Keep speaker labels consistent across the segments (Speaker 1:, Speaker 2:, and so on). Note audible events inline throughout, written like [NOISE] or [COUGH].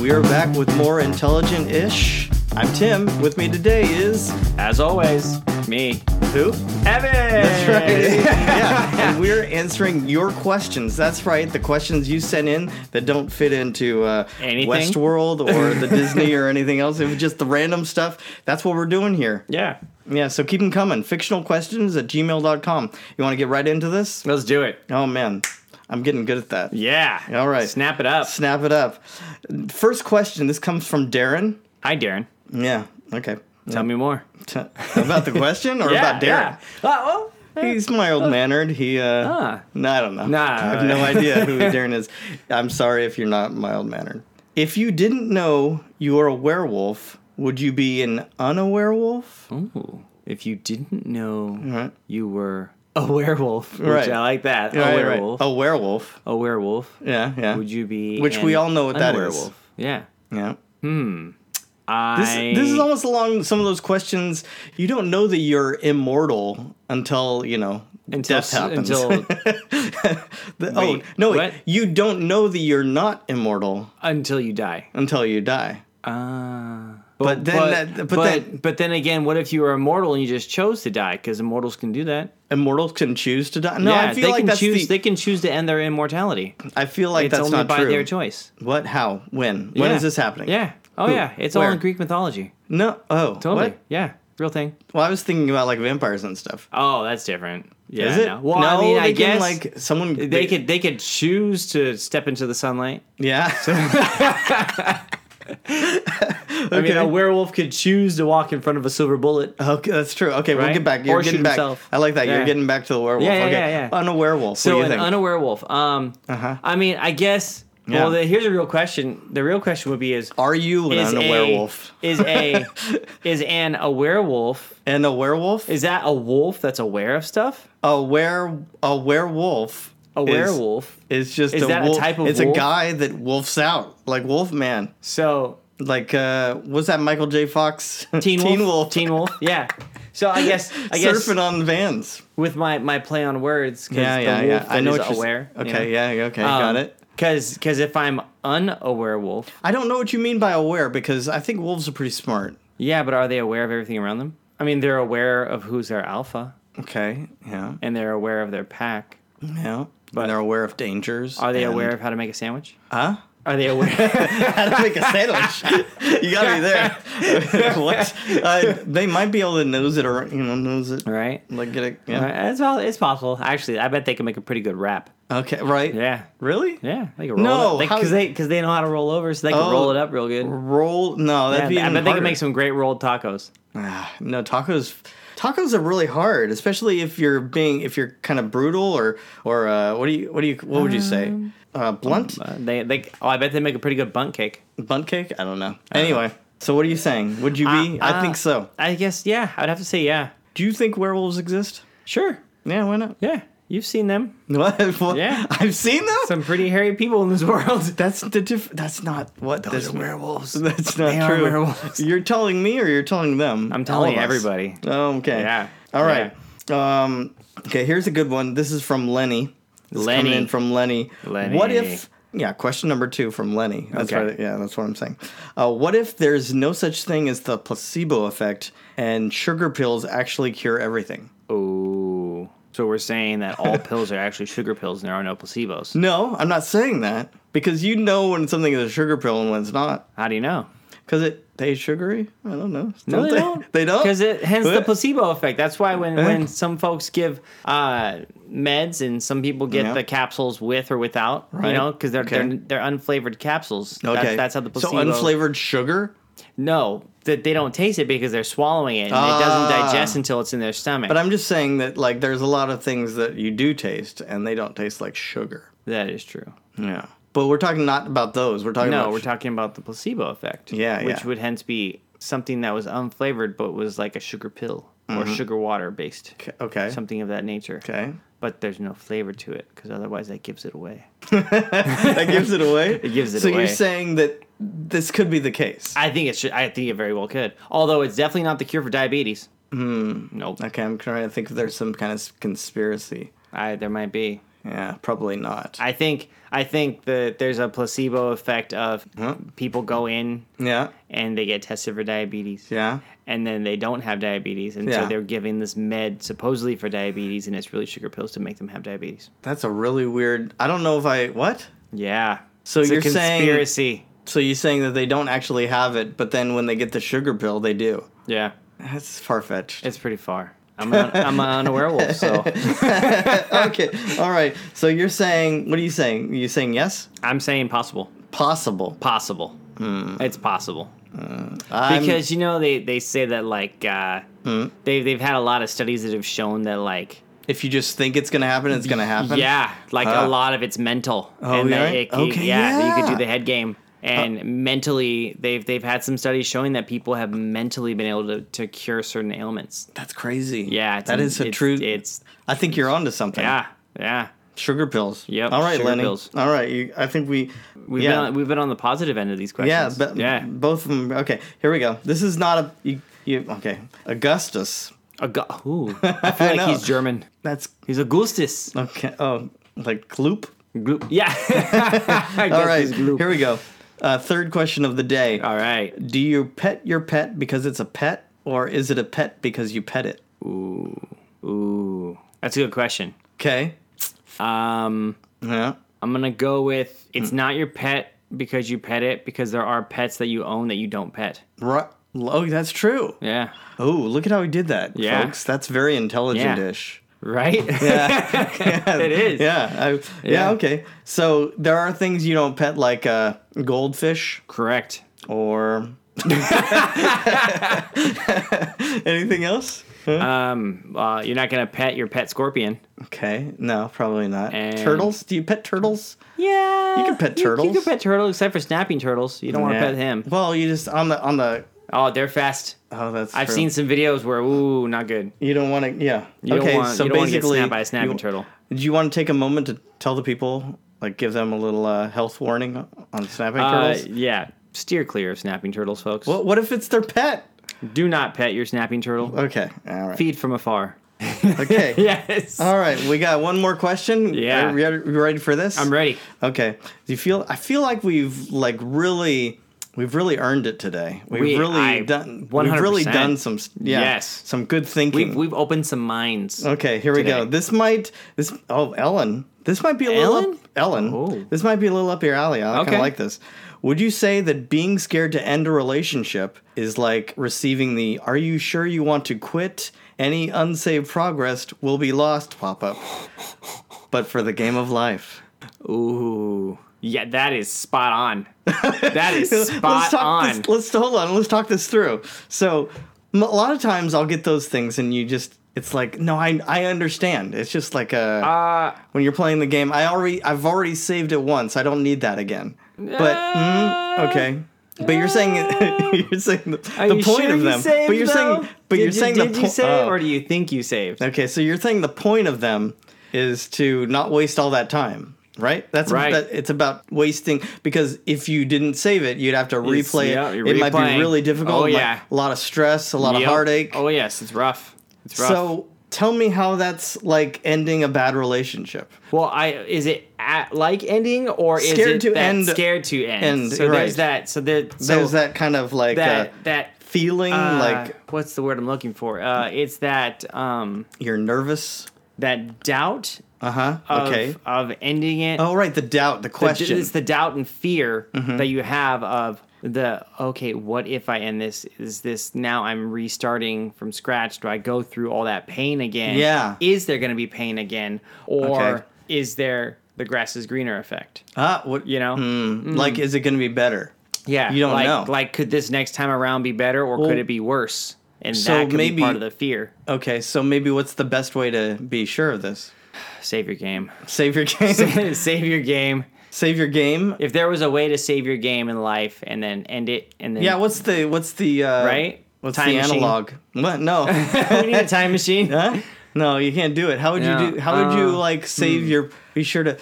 Speaker 1: We're back with more intelligent ish. I'm Tim. With me today is
Speaker 2: As always, me,
Speaker 1: who?
Speaker 2: Evan.
Speaker 1: That's right. yeah, and we're answering your questions. That's right, the questions you sent in that don't fit into uh,
Speaker 2: Anything?
Speaker 1: Westworld or the Disney or anything else. It was just the random stuff. That's what we're doing here.
Speaker 2: Yeah.
Speaker 1: Yeah, so keep them coming. Fictional questions at gmail.com. You want to get right into this?
Speaker 2: Let's do it.
Speaker 1: Oh, man. I'm getting good at that.
Speaker 2: Yeah.
Speaker 1: All right.
Speaker 2: Snap it up.
Speaker 1: Snap it up. First question. This comes from Darren.
Speaker 2: Hi, Darren.
Speaker 1: Yeah. Okay.
Speaker 2: Tell me more.
Speaker 1: T- about the question
Speaker 2: [LAUGHS]
Speaker 1: or about Darren?
Speaker 2: Oh, well,
Speaker 1: He's my old mannered. He, uh,
Speaker 2: Huh.
Speaker 1: no, I don't know.
Speaker 2: Nah.
Speaker 1: I have no idea
Speaker 2: [LAUGHS]
Speaker 1: who Darren is. I'm sorry if you're not my old mannered. If you didn't know you were a werewolf, would you be an unawerewolf?
Speaker 2: Ooh, if you didn't know you were a werewolf, which
Speaker 1: Right.
Speaker 2: I like that.
Speaker 1: Right,
Speaker 2: a
Speaker 1: right.
Speaker 2: werewolf.
Speaker 1: A werewolf.
Speaker 2: A werewolf.
Speaker 1: Yeah, yeah.
Speaker 2: Would you be?
Speaker 1: Which we all know what that
Speaker 2: that
Speaker 1: is.
Speaker 2: is. Yeah.
Speaker 1: Yeah. This,
Speaker 2: I.
Speaker 1: this is almost along some of those questions. You don't know that you're immortal until you know
Speaker 2: until
Speaker 1: death happens.
Speaker 2: until
Speaker 1: [LAUGHS] The-
Speaker 2: wait,
Speaker 1: oh no, wait.
Speaker 2: what?
Speaker 1: you don't know that you're not immortal
Speaker 2: until you die.
Speaker 1: until you die.
Speaker 2: Ah.
Speaker 1: But then that- but
Speaker 2: but,
Speaker 1: then-
Speaker 2: but then again, what if you were immortal and you just chose to die? Because immortals can do that.
Speaker 1: Immortals can choose to die. No,
Speaker 2: yeah,
Speaker 1: I feel
Speaker 2: they
Speaker 1: like
Speaker 2: can
Speaker 1: that's
Speaker 2: choose.
Speaker 1: the.
Speaker 2: They can choose to end their immortality.
Speaker 1: I feel like
Speaker 2: it's
Speaker 1: that's
Speaker 2: only
Speaker 1: not
Speaker 2: by
Speaker 1: true.
Speaker 2: their choice.
Speaker 1: what? How? When? When
Speaker 2: Yeah.
Speaker 1: is this happening?
Speaker 2: Yeah. Oh
Speaker 1: Who?
Speaker 2: yeah. It's
Speaker 1: Where?
Speaker 2: all in Greek mythology.
Speaker 1: No. Oh.
Speaker 2: Totally.
Speaker 1: What?
Speaker 2: Yeah. Real thing.
Speaker 1: Well, I was thinking about like vampires and stuff.
Speaker 2: Oh, that's different. Yeah.
Speaker 1: is it?
Speaker 2: No. Well, I mean,
Speaker 1: they
Speaker 2: I
Speaker 1: can,
Speaker 2: guess
Speaker 1: like someone
Speaker 2: they, could they could choose to step into the sunlight. [LAUGHS]
Speaker 1: Yeah.
Speaker 2: I mean,
Speaker 1: Okay.
Speaker 2: a werewolf could choose to walk in front of a silver bullet.
Speaker 1: [LAUGHS] Okay, that's true. Okay, we'll
Speaker 2: Right?
Speaker 1: get back. You're
Speaker 2: Or shoot
Speaker 1: getting back.
Speaker 2: himself.
Speaker 1: I like that. You're
Speaker 2: Yeah.
Speaker 1: getting back to the werewolf.
Speaker 2: Yeah, yeah,
Speaker 1: okay.
Speaker 2: yeah, yeah.
Speaker 1: On a werewolf.
Speaker 2: So
Speaker 1: what do you
Speaker 2: an
Speaker 1: think?
Speaker 2: unawerewolf. Um,
Speaker 1: Uh-huh.
Speaker 2: I mean, I guess.
Speaker 1: Yeah.
Speaker 2: Well, the, here's a real question. The real question would be: Is
Speaker 1: Are you an
Speaker 2: is
Speaker 1: on a,
Speaker 2: a
Speaker 1: werewolf? [LAUGHS]
Speaker 2: is a is an a werewolf?
Speaker 1: And a werewolf?
Speaker 2: Is that a wolf that's aware of stuff?
Speaker 1: a were a werewolf.
Speaker 2: A
Speaker 1: is-
Speaker 2: werewolf.
Speaker 1: Is, just
Speaker 2: Is
Speaker 1: a
Speaker 2: that a
Speaker 1: wolf.
Speaker 2: type of
Speaker 1: It's
Speaker 2: wolf?
Speaker 1: a guy that wolfs out, like Wolfman.
Speaker 2: So
Speaker 1: Like uh, was that Michael J. Fox? [LAUGHS]
Speaker 2: Teen Wolf.
Speaker 1: Teen Wolf.
Speaker 2: Teen Wolf. Yeah. So I guess
Speaker 1: [LAUGHS]
Speaker 2: I guess
Speaker 1: Surfing on vans.
Speaker 2: with my my play on words, because
Speaker 1: Yeah, yeah,
Speaker 2: the wolf
Speaker 1: yeah. I know
Speaker 2: is
Speaker 1: what you're s-
Speaker 2: aware. you
Speaker 1: Okay,
Speaker 2: know? Um,
Speaker 1: yeah, okay, got it.
Speaker 2: Because because if I'm unaware wolf,
Speaker 1: I don't know what you mean by aware because I think wolves are pretty smart.
Speaker 2: yeah, but are they aware of everything around them? I mean, they're aware of who's their alpha,
Speaker 1: Okay, yeah,
Speaker 2: and they're aware of their pack.
Speaker 1: yeah. But they're aware of dangers.
Speaker 2: Are they
Speaker 1: and-
Speaker 2: aware of how to make a sandwich?
Speaker 1: [LAUGHS] Huh? [LAUGHS]
Speaker 2: Are they aware?
Speaker 1: how to make a sandwich. [LAUGHS] you got me there. [LAUGHS] what? Uh, they might be able to nose it or you know nose it.
Speaker 2: right.
Speaker 1: Like get it.
Speaker 2: All
Speaker 1: Yeah.
Speaker 2: right, It's, all, it's possible. Actually, I bet they can make a pretty good rap.
Speaker 1: Okay. Right.
Speaker 2: Yeah.
Speaker 1: Really?
Speaker 2: Yeah, they can roll
Speaker 1: No,
Speaker 2: it up.
Speaker 1: how-
Speaker 2: because they because they know how to roll over, so they can
Speaker 1: Oh.
Speaker 2: roll it up real good.
Speaker 1: Roll. No,
Speaker 2: Yeah,
Speaker 1: that'd be.
Speaker 2: I
Speaker 1: even
Speaker 2: bet they
Speaker 1: harder.
Speaker 2: can make some great rolled tacos.
Speaker 1: Ah, [SIGHS] no tacos. Tacos are really hard, especially if you're being if you're kind of brutal or or uh, what do you what do you what would you say? Uh, blunt
Speaker 2: Uh, they they oh, I bet they make a pretty good bunt cake.
Speaker 1: bunt cake? I don't know. Anyway, so what are you saying? Would you be?
Speaker 2: Uh,
Speaker 1: I think
Speaker 2: uh,
Speaker 1: so.
Speaker 2: I guess yeah, I'd have to say yeah.
Speaker 1: Do you think werewolves exist?
Speaker 2: Sure,
Speaker 1: Yeah, why not? [LAUGHS]
Speaker 2: yeah, you've seen them.
Speaker 1: What? What?
Speaker 2: Yeah.
Speaker 1: I've seen them.
Speaker 2: Some pretty hairy people in this [LAUGHS] world.
Speaker 1: That's the diff. That's not what this
Speaker 2: werewolves.
Speaker 1: That's not
Speaker 2: They are
Speaker 1: true.
Speaker 2: werewolves.
Speaker 1: You're telling me, or you're telling them?
Speaker 2: I'm
Speaker 1: All
Speaker 2: telling
Speaker 1: of us.
Speaker 2: everybody.
Speaker 1: Oh, okay.
Speaker 2: Yeah.
Speaker 1: All right. Um, okay. Here's a good one. This is from Lenny. This is coming
Speaker 2: Lenny.
Speaker 1: in from Lenny.
Speaker 2: Lenny.
Speaker 1: What if? Yeah. Question number two from Lenny. That's
Speaker 2: Okay.
Speaker 1: right. Yeah. That's what I'm saying. Uh, what if there's no such thing as the placebo effect, and sugar pills actually cure everything?
Speaker 2: Oh, so we're saying that [LAUGHS] all pills are actually sugar pills and there are no placebos.
Speaker 1: No, I'm not saying that because you know when something is a sugar pill and when it's not.
Speaker 2: How do you know?
Speaker 1: Because it tastes sugary? I don't know.
Speaker 2: No, they don't.
Speaker 1: They don't?
Speaker 2: Because it hence the
Speaker 1: What? Eh?
Speaker 2: placebo effect. That's why when, when some folks give uh, meds and some people get
Speaker 1: Yeah.
Speaker 2: the capsules with or without,
Speaker 1: Right.
Speaker 2: you know, because they're,
Speaker 1: Okay.
Speaker 2: they're they're unflavored capsules. Okay, that's, that's how the placebo.
Speaker 1: So unflavored sugar?
Speaker 2: No, that they don't taste it because they're swallowing it and it
Speaker 1: Ah.
Speaker 2: doesn't digest until it's in their stomach.
Speaker 1: But I'm just saying that, like, there's a lot of things that you do taste and they don't taste like sugar.
Speaker 2: that is true.
Speaker 1: Yeah. But we're talking not about those. We're talking
Speaker 2: No,
Speaker 1: about.
Speaker 2: we're talking about the placebo effect.
Speaker 1: Yeah,
Speaker 2: which
Speaker 1: yeah.
Speaker 2: would hence be something that was unflavored but was like a sugar pill or sugar water based,
Speaker 1: Okay.
Speaker 2: something of that nature.
Speaker 1: Mm-hmm. Okay.
Speaker 2: But there's no flavor to it because otherwise that gives it away.
Speaker 1: [LAUGHS] that gives it away? it
Speaker 2: gives [LAUGHS] it
Speaker 1: so So
Speaker 2: away.
Speaker 1: you're saying that this could be the case?
Speaker 2: I think it should. I think it very well could. Although it's definitely not the cure for diabetes. Hmm. Nope.
Speaker 1: okay, I'm trying to think if there's some kind of s- conspiracy.
Speaker 2: I, there might be.
Speaker 1: Yeah, probably not.
Speaker 2: I think I think that there's a placebo effect of
Speaker 1: Huh?
Speaker 2: people go in
Speaker 1: yeah,
Speaker 2: and they get tested for diabetes.
Speaker 1: yeah.
Speaker 2: And then they don't have diabetes, and
Speaker 1: Yeah.
Speaker 2: so they're giving this med supposedly for diabetes, and it's really sugar pills to make them have diabetes.
Speaker 1: That's a really weird. I don't know if I what.
Speaker 2: Yeah.
Speaker 1: So
Speaker 2: it's
Speaker 1: you're
Speaker 2: a
Speaker 1: saying-
Speaker 2: conspiracy.
Speaker 1: So you're saying that they don't actually have it, but then when they get the sugar pill, they do.
Speaker 2: Yeah.
Speaker 1: That's far
Speaker 2: [LAUGHS]
Speaker 1: fetched.
Speaker 2: It's pretty far. I'm on, I'm on a werewolf, [LAUGHS] so
Speaker 1: okay, all right. So you're saying what are you saying? You saying yes?
Speaker 2: I'm saying possible.
Speaker 1: Possible.
Speaker 2: Possible. It's possible.
Speaker 1: I'm- Hmm?
Speaker 2: Because you know they, they say that like uh, they they've had a lot of studies that have shown that like
Speaker 1: if you just think it's gonna happen, it's gonna happen.
Speaker 2: yeah like
Speaker 1: Huh.
Speaker 2: a lot of it's mental
Speaker 1: Oh,
Speaker 2: and that
Speaker 1: yeah?
Speaker 2: it, it-
Speaker 1: Okay,
Speaker 2: yeah, that you
Speaker 1: yeah.
Speaker 2: could do the head game and mentally they've they've had some studies showing that people have mentally been able to, to cure certain ailments
Speaker 1: that's crazy.
Speaker 2: yeah
Speaker 1: that is a
Speaker 2: it's-
Speaker 1: true.
Speaker 2: it's
Speaker 1: I think you're onto something.
Speaker 2: yeah yeah
Speaker 1: sugar pills.
Speaker 2: Yep,
Speaker 1: All right,
Speaker 2: sugar
Speaker 1: Lenny.
Speaker 2: pills.
Speaker 1: All right, you, I think we.
Speaker 2: we've been
Speaker 1: yeah,
Speaker 2: on, we've been on the positive end of these
Speaker 1: yeah,
Speaker 2: questions
Speaker 1: but [LAUGHS]
Speaker 2: yeah
Speaker 1: both of them. Okay, here we go. This is not a you. you okay, Augustus.
Speaker 2: A gu- Ooh, I
Speaker 1: [LAUGHS]
Speaker 2: feel like
Speaker 1: know.
Speaker 2: he's German.
Speaker 1: That's [LAUGHS]
Speaker 2: He's Augustus.
Speaker 1: okay. Oh, like Gloop.
Speaker 2: Gloop. Yeah. [LAUGHS] I guess
Speaker 1: All right,
Speaker 2: he's Gloop.
Speaker 1: here we go. Uh, third question of the day.
Speaker 2: All right.
Speaker 1: Do you pet your pet because it's a pet, or is it a pet because you pet it?
Speaker 2: Ooh, that's a good question.
Speaker 1: Okay.
Speaker 2: Um,
Speaker 1: Yeah.
Speaker 2: I'm gonna go with it's not your pet because you pet it because there are pets that you own that you don't pet.
Speaker 1: Right. Oh, that's true.
Speaker 2: Yeah.
Speaker 1: Oh, look at how he did that,
Speaker 2: Yeah.
Speaker 1: folks. That's very intelligent-ish.
Speaker 2: [LAUGHS] [LAUGHS] Right. [LAUGHS] it is.
Speaker 1: Yeah. I, yeah.
Speaker 2: Yeah.
Speaker 1: Okay. So there are things you don't pet, like uh, goldfish
Speaker 2: Correct.
Speaker 1: or [LAUGHS] anything else.
Speaker 2: Um, uh, you're not gonna pet your pet scorpion.
Speaker 1: Okay. No, probably not.
Speaker 2: And-
Speaker 1: Turtles? Do you pet turtles?
Speaker 2: Yeah.
Speaker 1: You can pet
Speaker 2: You,
Speaker 1: turtles.
Speaker 2: can pet turtles except for snapping turtles. You don't want to
Speaker 1: Yeah.
Speaker 2: pet him.
Speaker 1: Well, you just on the on the.
Speaker 2: Oh, they're fast.
Speaker 1: Oh, that's.
Speaker 2: I've
Speaker 1: true.
Speaker 2: seen some videos where ooh, not good.
Speaker 1: You don't want to. Yeah.
Speaker 2: You
Speaker 1: okay.
Speaker 2: don't want,
Speaker 1: so
Speaker 2: you don't want to get
Speaker 1: basically,
Speaker 2: snapped by a snapping
Speaker 1: you-
Speaker 2: turtle.
Speaker 1: Do you want to take a moment to tell the people, like, give them a little uh, health warning on snapping
Speaker 2: Uh,
Speaker 1: turtles?
Speaker 2: yeah, steer clear of snapping turtles, folks.
Speaker 1: What, what if it's their pet?
Speaker 2: Do not pet your snapping turtle.
Speaker 1: Okay. All right.
Speaker 2: Feed from afar. [LAUGHS]
Speaker 1: Okay.
Speaker 2: yes.
Speaker 1: All right. We got one more question. Are
Speaker 2: Yeah.
Speaker 1: you ready- you ready for this?
Speaker 2: I'm ready.
Speaker 1: Okay. Do you feel? I feel like we've like really. We've really earned it today. We've
Speaker 2: We-
Speaker 1: really
Speaker 2: I-
Speaker 1: done. We've really
Speaker 2: 100%.
Speaker 1: done some. Yeah,
Speaker 2: Yes.
Speaker 1: Some good thinking.
Speaker 2: We've, we've opened some minds.
Speaker 1: Okay, here we go.
Speaker 2: today.
Speaker 1: This might this oh Ellen. This might be a little
Speaker 2: Ellen?
Speaker 1: up, Ellen.
Speaker 2: Oh.
Speaker 1: This might be a little up your alley. I kind
Speaker 2: Okay.
Speaker 1: of like this. Would you say that being scared to end a relationship is like receiving the "Are you sure you want to quit? Any unsaved progress will be lost" pop-up, but for the game of life?
Speaker 2: Ooh. Yeah, that is
Speaker 1: [LAUGHS]
Speaker 2: spot on. That is
Speaker 1: let's
Speaker 2: [LAUGHS] spot
Speaker 1: talk
Speaker 2: on.
Speaker 1: This, let's hold on. Let's talk this through. So, m- a lot of times I'll get those things, and you just it's like, no, I I understand. It's just like a.
Speaker 2: uh,
Speaker 1: when you're playing the game. I already I've already saved it once. I don't need that again. But mm, okay. But you're saying [LAUGHS] you're saying the, the
Speaker 2: Uh, you
Speaker 1: point
Speaker 2: sure
Speaker 1: of
Speaker 2: you
Speaker 1: them.
Speaker 2: saved,
Speaker 1: but you're
Speaker 2: though?
Speaker 1: saying but
Speaker 2: did
Speaker 1: you're
Speaker 2: you,
Speaker 1: saying
Speaker 2: did
Speaker 1: the
Speaker 2: you
Speaker 1: po-
Speaker 2: save
Speaker 1: oh.
Speaker 2: or do you think you saved?
Speaker 1: Okay, so you're saying the point of them is to not waste all that time. Right. That's
Speaker 2: Right.
Speaker 1: That, it's about wasting because if you didn't save it, you'd have to replay
Speaker 2: yeah,
Speaker 1: it.
Speaker 2: you're
Speaker 1: It might
Speaker 2: replaying.
Speaker 1: be really difficult.
Speaker 2: Oh,
Speaker 1: like,
Speaker 2: yeah.
Speaker 1: a lot of stress, a lot
Speaker 2: Yep.
Speaker 1: of heartache.
Speaker 2: Oh yes, it's rough. It's rough.
Speaker 1: so tell me how that's like ending a bad relationship.
Speaker 2: Well, I is it at, like ending or is
Speaker 1: Scared
Speaker 2: it
Speaker 1: to
Speaker 2: that
Speaker 1: end-
Speaker 2: scared to end?
Speaker 1: end,
Speaker 2: so
Speaker 1: right.
Speaker 2: there's that. So, there, so
Speaker 1: There's that kind of like
Speaker 2: that
Speaker 1: uh,
Speaker 2: that
Speaker 1: feeling
Speaker 2: uh,
Speaker 1: like
Speaker 2: what's the word I'm looking for? Uh, it's that um
Speaker 1: you're nervous.
Speaker 2: that doubt
Speaker 1: Uh huh.
Speaker 2: Uh-huh. of,
Speaker 1: Okay.
Speaker 2: of ending it.
Speaker 1: Oh right, the doubt, the
Speaker 2: The-
Speaker 1: question. Mm-hmm.
Speaker 2: It's the doubt and fear that you have of the okay, what if I end this? Is this now I'm restarting from scratch? Do I go through all that pain again?
Speaker 1: Yeah.
Speaker 2: Is there going to be pain again, or
Speaker 1: Okay.
Speaker 2: is there the grass is greener effect?
Speaker 1: ah, what
Speaker 2: You know.
Speaker 1: Mm, Like, is it going to be better?
Speaker 2: Yeah,
Speaker 1: You don't
Speaker 2: like,
Speaker 1: know.
Speaker 2: Like, could this next time around be better, or
Speaker 1: Well,
Speaker 2: could it be worse? And
Speaker 1: so
Speaker 2: that could
Speaker 1: maybe-
Speaker 2: be part of the fear.
Speaker 1: Okay, so maybe what's the best way to be sure of this?
Speaker 2: Save your game. [LAUGHS]
Speaker 1: Save your [LAUGHS] game.
Speaker 2: save your game.
Speaker 1: save your game.
Speaker 2: If there was a way to save your game in life and then end it, and then
Speaker 1: Yeah. What's the what's the uh,
Speaker 2: Right?
Speaker 1: What's
Speaker 2: Time
Speaker 1: the
Speaker 2: machine.
Speaker 1: analog? What? No.
Speaker 2: [LAUGHS] we need a time machine.
Speaker 1: huh? No, you can't do it. How would
Speaker 2: Yeah.
Speaker 1: you do? How would you
Speaker 2: Uh,
Speaker 1: like save your? Be sure to.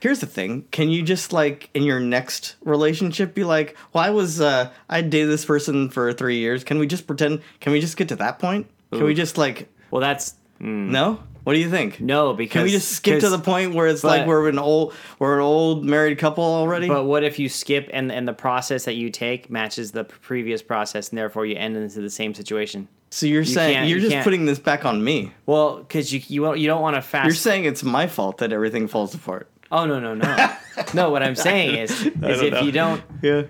Speaker 1: Here's the thing. Can you just like in your next relationship be like, "Well, I was uh, I dated this person for three years. Can we just pretend? Can we just get to that point? Can we just like
Speaker 2: Well, that's mm,
Speaker 1: no? What do you think?
Speaker 2: Hmm. No, because
Speaker 1: Can we just skip to
Speaker 2: 'cause-
Speaker 1: the point where it's
Speaker 2: but-
Speaker 1: like we're an old we're an old married couple already?
Speaker 2: But what if you skip and and the process that you take matches the previous process, and therefore you end into the same situation?
Speaker 1: so you're saying
Speaker 2: can't-
Speaker 1: you're
Speaker 2: you
Speaker 1: just
Speaker 2: can't-
Speaker 1: putting this back on me.
Speaker 2: Well, because you you won't- you don't want to fast.
Speaker 1: You're saying it's my fault that everything falls apart.
Speaker 2: oh no
Speaker 1: [LAUGHS]
Speaker 2: no no no! What I'm saying is is if
Speaker 1: know.
Speaker 2: you don't
Speaker 1: [LAUGHS] Yeah.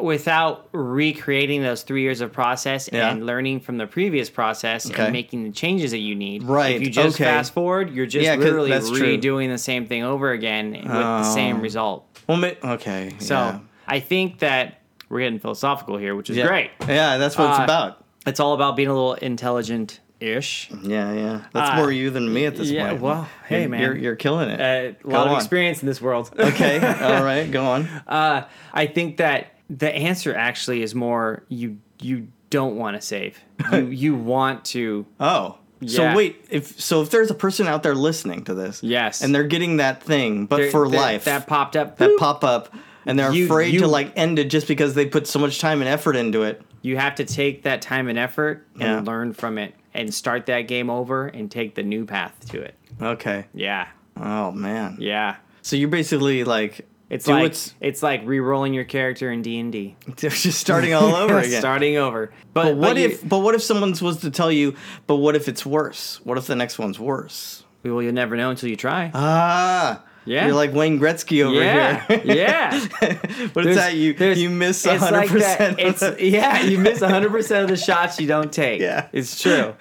Speaker 2: without recreating those three years of process
Speaker 1: Yeah.
Speaker 2: and learning from the previous process
Speaker 1: Okay.
Speaker 2: and making the changes that you need.
Speaker 1: Right,
Speaker 2: If you just
Speaker 1: okay.
Speaker 2: fast forward, you're just
Speaker 1: Yeah, 'cause
Speaker 2: literally
Speaker 1: that's true.
Speaker 2: redoing the same thing over again with the same
Speaker 1: Oh.
Speaker 2: result.
Speaker 1: Well, ma- okay.
Speaker 2: So
Speaker 1: yeah.
Speaker 2: I think that we're getting philosophical here, which is
Speaker 1: Yeah.
Speaker 2: great.
Speaker 1: Yeah, that's what it's
Speaker 2: Uh,
Speaker 1: about.
Speaker 2: It's all about being a little intelligent ish.
Speaker 1: Yeah, yeah. That's
Speaker 2: uh,
Speaker 1: more you than me at this
Speaker 2: yeah,
Speaker 1: point.
Speaker 2: well, hey,
Speaker 1: You're-
Speaker 2: man.
Speaker 1: you're you're killing it.
Speaker 2: Uh, [LAUGHS] A
Speaker 1: Go
Speaker 2: lot of
Speaker 1: on.
Speaker 2: experience in this world.
Speaker 1: [LAUGHS] Okay. All right. Go on.
Speaker 2: [LAUGHS] Uh, I think that the answer actually is more you you don't want to save.
Speaker 1: [LAUGHS]
Speaker 2: You you want to
Speaker 1: Oh. So
Speaker 2: Yeah.
Speaker 1: wait, if so if there's a person out there listening to this,
Speaker 2: Yes.
Speaker 1: and they're getting that thing, but
Speaker 2: there-
Speaker 1: for
Speaker 2: there-
Speaker 1: life,
Speaker 2: that popped up.
Speaker 1: that pop up, and they're
Speaker 2: You-
Speaker 1: afraid to
Speaker 2: you-
Speaker 1: like end it just because they put so much time and effort into it.
Speaker 2: you have to take that time and effort and
Speaker 1: Yeah.
Speaker 2: learn from it and start that game over and take the new path to it.
Speaker 1: Okay.
Speaker 2: Yeah.
Speaker 1: Oh man.
Speaker 2: Yeah.
Speaker 1: So you're basically like
Speaker 2: It's
Speaker 1: do
Speaker 2: like
Speaker 1: what's-
Speaker 2: it's like re-rolling your character in D and D,
Speaker 1: [LAUGHS] just starting
Speaker 2: [LAUGHS]
Speaker 1: all over again.
Speaker 2: starting over. But,
Speaker 1: but what
Speaker 2: you-
Speaker 1: if? But what if someone's was to tell you? But what if it's worse? What if the next one's worse?
Speaker 2: Well, you'll never know until you try.
Speaker 1: Ah.
Speaker 2: Yeah.
Speaker 1: You're like Wayne Gretzky over
Speaker 2: yeah,
Speaker 1: here.
Speaker 2: yeah.
Speaker 1: [LAUGHS] but it's
Speaker 2: There's-
Speaker 1: that you
Speaker 2: there's-
Speaker 1: you miss
Speaker 2: it's
Speaker 1: hundred
Speaker 2: like
Speaker 1: percent. [LAUGHS]
Speaker 2: that- It's yeah, you miss hundred percent of the shots you don't take.
Speaker 1: Yeah.
Speaker 2: it's
Speaker 1: [LAUGHS]
Speaker 2: true.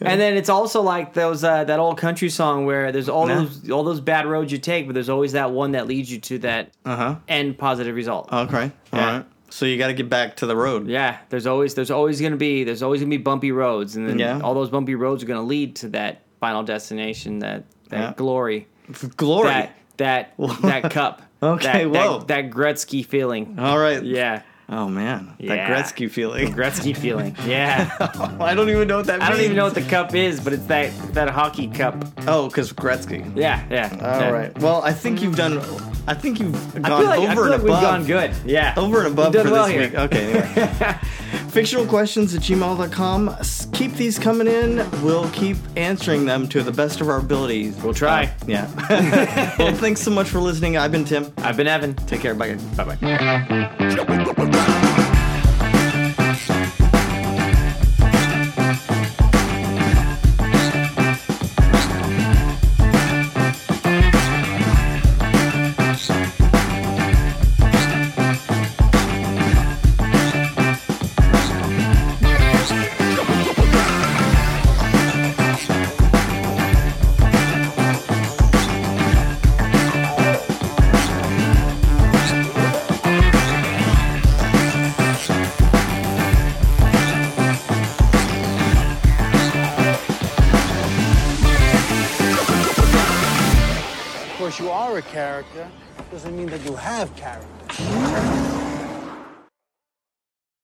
Speaker 2: And then it's also like those uh, that old country song where there's all
Speaker 1: Yeah.
Speaker 2: those all those bad roads you take, but there's always that one that leads you to that
Speaker 1: Uh huh.
Speaker 2: end positive result.
Speaker 1: Okay. All
Speaker 2: Yeah.
Speaker 1: right. So you got to get back to the road.
Speaker 2: yeah, there's always there's always gonna be there's always gonna be bumpy roads, and then
Speaker 1: Yeah.
Speaker 2: all those bumpy roads are gonna lead to that final destination, that that
Speaker 1: Yeah.
Speaker 2: glory,
Speaker 1: Glory.
Speaker 2: that
Speaker 1: [LAUGHS]
Speaker 2: that that cup.
Speaker 1: Okay,
Speaker 2: that,
Speaker 1: whoa.
Speaker 2: That, that Gretzky feeling.
Speaker 1: All right.
Speaker 2: Yeah.
Speaker 1: Oh man, that
Speaker 2: Yeah.
Speaker 1: Gretzky feeling.
Speaker 2: Gretzky feeling. Yeah.
Speaker 1: [LAUGHS] I don't even know what that means.
Speaker 2: I don't even know what the cup is, but it's that that hockey cup.
Speaker 1: Oh, because Gretzky.
Speaker 2: Yeah, yeah.
Speaker 1: All right.
Speaker 2: yeah.
Speaker 1: Well, I think you've done. I think you've
Speaker 2: I
Speaker 1: gone
Speaker 2: feel like,
Speaker 1: over
Speaker 2: I feel
Speaker 1: and above.
Speaker 2: like we've gone good. Yeah.
Speaker 1: Over and above
Speaker 2: We've
Speaker 1: for
Speaker 2: done well
Speaker 1: this
Speaker 2: here.
Speaker 1: week. Okay.
Speaker 2: [LAUGHS]
Speaker 1: Anyway. Fictional questions at gmail.com. S- Keep these coming in. We'll keep answering them to the best of our abilities.
Speaker 2: We'll try.
Speaker 1: Yeah. [LAUGHS] well, thanks so much for listening. I've been Tim.
Speaker 2: I've been Evan.
Speaker 1: Take care. Bye.
Speaker 2: Bye bye.
Speaker 3: Of course, you are a character. Doesn't mean that you have character.